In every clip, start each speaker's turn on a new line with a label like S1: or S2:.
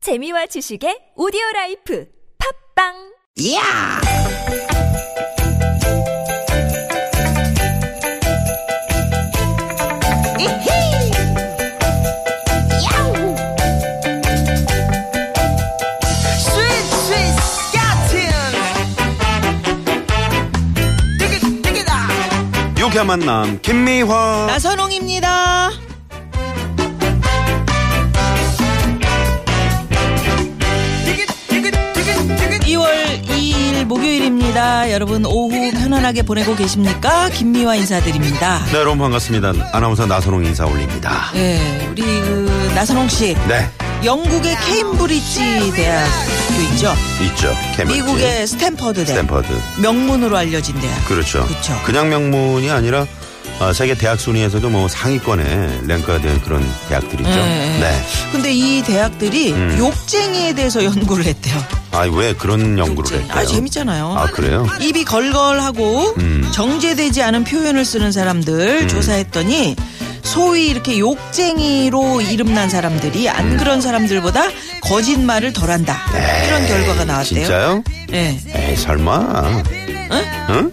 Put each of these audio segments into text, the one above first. S1: 재미와 지식의 오디오 라이프 팝빵
S2: 이야! 이히! 야우! 스윗, 스윗, 스캇틴! 띠깃, 띠깃아!
S3: 유쾌한 만남 김미화
S2: 나선홍입니다. 띠깃, 띠깃, 띠깃, 띠깃.
S4: 2월 2일 목요일입니다. 여러분 오후 편안하게 보내고 계십니까? 김미화 인사드립니다.
S3: 네 여러분 반갑습니다 아나운서 나선홍 인사 올립니다
S4: 네, 우리 그 나선홍 씨
S3: 네
S4: 영국의 케임브리지 대학도 그 있죠.
S3: 있죠 케미지
S4: 미국의 네. 스탠퍼드 대학
S3: 그렇죠. 스탠퍼드
S4: 명문으로 알려진 대학.
S3: 그렇죠
S4: 그쵸.
S3: 냥 명문이 아니라 아, 세계 대학 순위에서도 뭐 상위권에 랭크가 된 그런 대학들이죠
S4: 네. 근데 이 대학들이
S3: 음.
S4: 욕쟁이에 대해서 연구를 했대요.
S3: 네아 왜 그런 연구를
S4: 욕쟁이.
S3: 했대요
S4: 아 재밌잖아요.
S3: 아, 그래요
S4: 입이 걸걸하고
S3: 음.
S4: 정제되지 않은 표현을 쓰는 사람들 조사했더니 소위 이렇게 욕쟁이로 이름난 사람들이 안
S3: 음.
S4: 그런 사람들보다 거짓말을 덜한다 이런 결과가 나왔대요.
S3: 진짜요 예?
S4: 네.
S3: 에이 설마 응?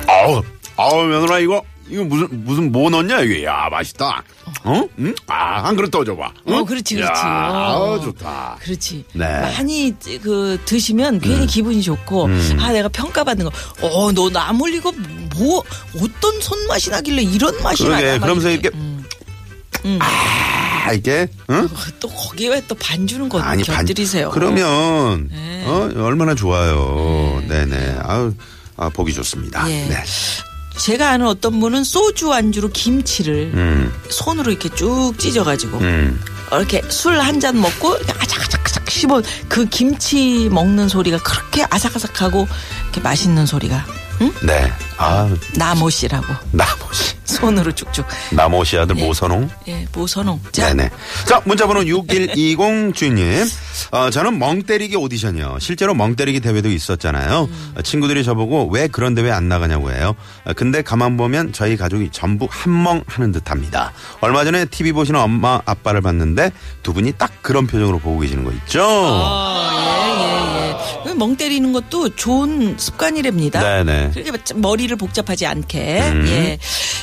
S3: 아우 아우 며느라 이거 이거 무슨 무슨 뭐 넣냐 이게 야 맛있다. 어? 응? 아한 그릇 더 줘봐. 응?
S4: 어, 그렇지, 그렇지.
S3: 야,
S4: 어.
S3: 아우 좋다.
S4: 그렇지.
S3: 네. 음.
S4: 많이 그 드시면 괜히 기분이 좋고 아 내가 평가받는 거. 어 너 나물 이거 뭐 어떤 손맛이 나길래 이런 맛이 나. 음,
S3: 그러게 그러면서 이렇게 음. 아 이게 응?
S4: 또 거기에 왜 또 반 주는 거
S3: 아니 반
S4: 곁들이세요. 네.
S3: 그러면 어 얼마나 좋아요. 네네 아우 아 보기 좋습니다.
S4: 예.
S3: 네.
S4: 제가 아는 어떤 분은 소주 안주로 김치를
S3: 음.
S4: 손으로 이렇게 쭉 찢어가지고
S3: 음.
S4: 이렇게 술 한 잔 먹고 이렇게 아삭아삭아삭 씹어 그 김치 먹는 소리가 그렇게 아삭아삭하고 이렇게 맛있는 소리가
S3: 네. 아,
S4: 나모씨라고
S3: 나모시.
S4: 손으로 쭉쭉
S3: 나모시 아들 모선홍.
S4: 예 모선홍 자
S3: 네네. 자, 문자번호 6120 주인님. 어, 저는 멍 때리기 오디션이요. 실제로 멍 때리기 대회도 있었잖아요. 어, 친구들이 저보고 왜 그런 대회 안 나가냐고 해요. 어, 근데 가만 보면 저희 가족이 전부 한멍 하는 듯 합니다. 얼마 전에 TV 보시는 엄마, 아빠를 봤는데 두 분이 딱 그런 표정으로 보고 계시는 거 있죠? 아,
S4: 아, 예, 예, 예. 멍 때리는 것도 좋은 습관이랍니다.
S3: 네네.
S4: 그렇게 막 머리를 복잡하지 않게.
S3: 음.
S4: 예.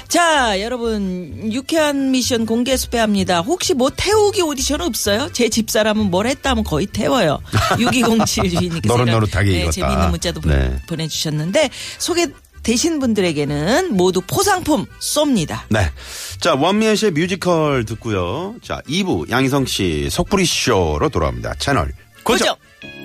S4: 자, 여러분, 유쾌한 미션 공개 수배합니다. 혹시 뭐 태우기 오디션 없어요? 제 집사람은 뭘 했다 하면 거의 태워요. 6207 주인님께서. 이런,
S3: 노릇노릇하게
S4: 예,
S3: 익었다.
S4: 재미있는 문자도 보-
S3: 네.
S4: 보내주셨는데, 소개 되신 분들에게는 모두 포상품 쏩니다.
S3: 네. 자, 원미연 씨의 뮤지컬 듣고요. 자, 2부 양희성 씨 속풀이 쇼로 돌아옵니다. 채널 고정.
S4: 고정.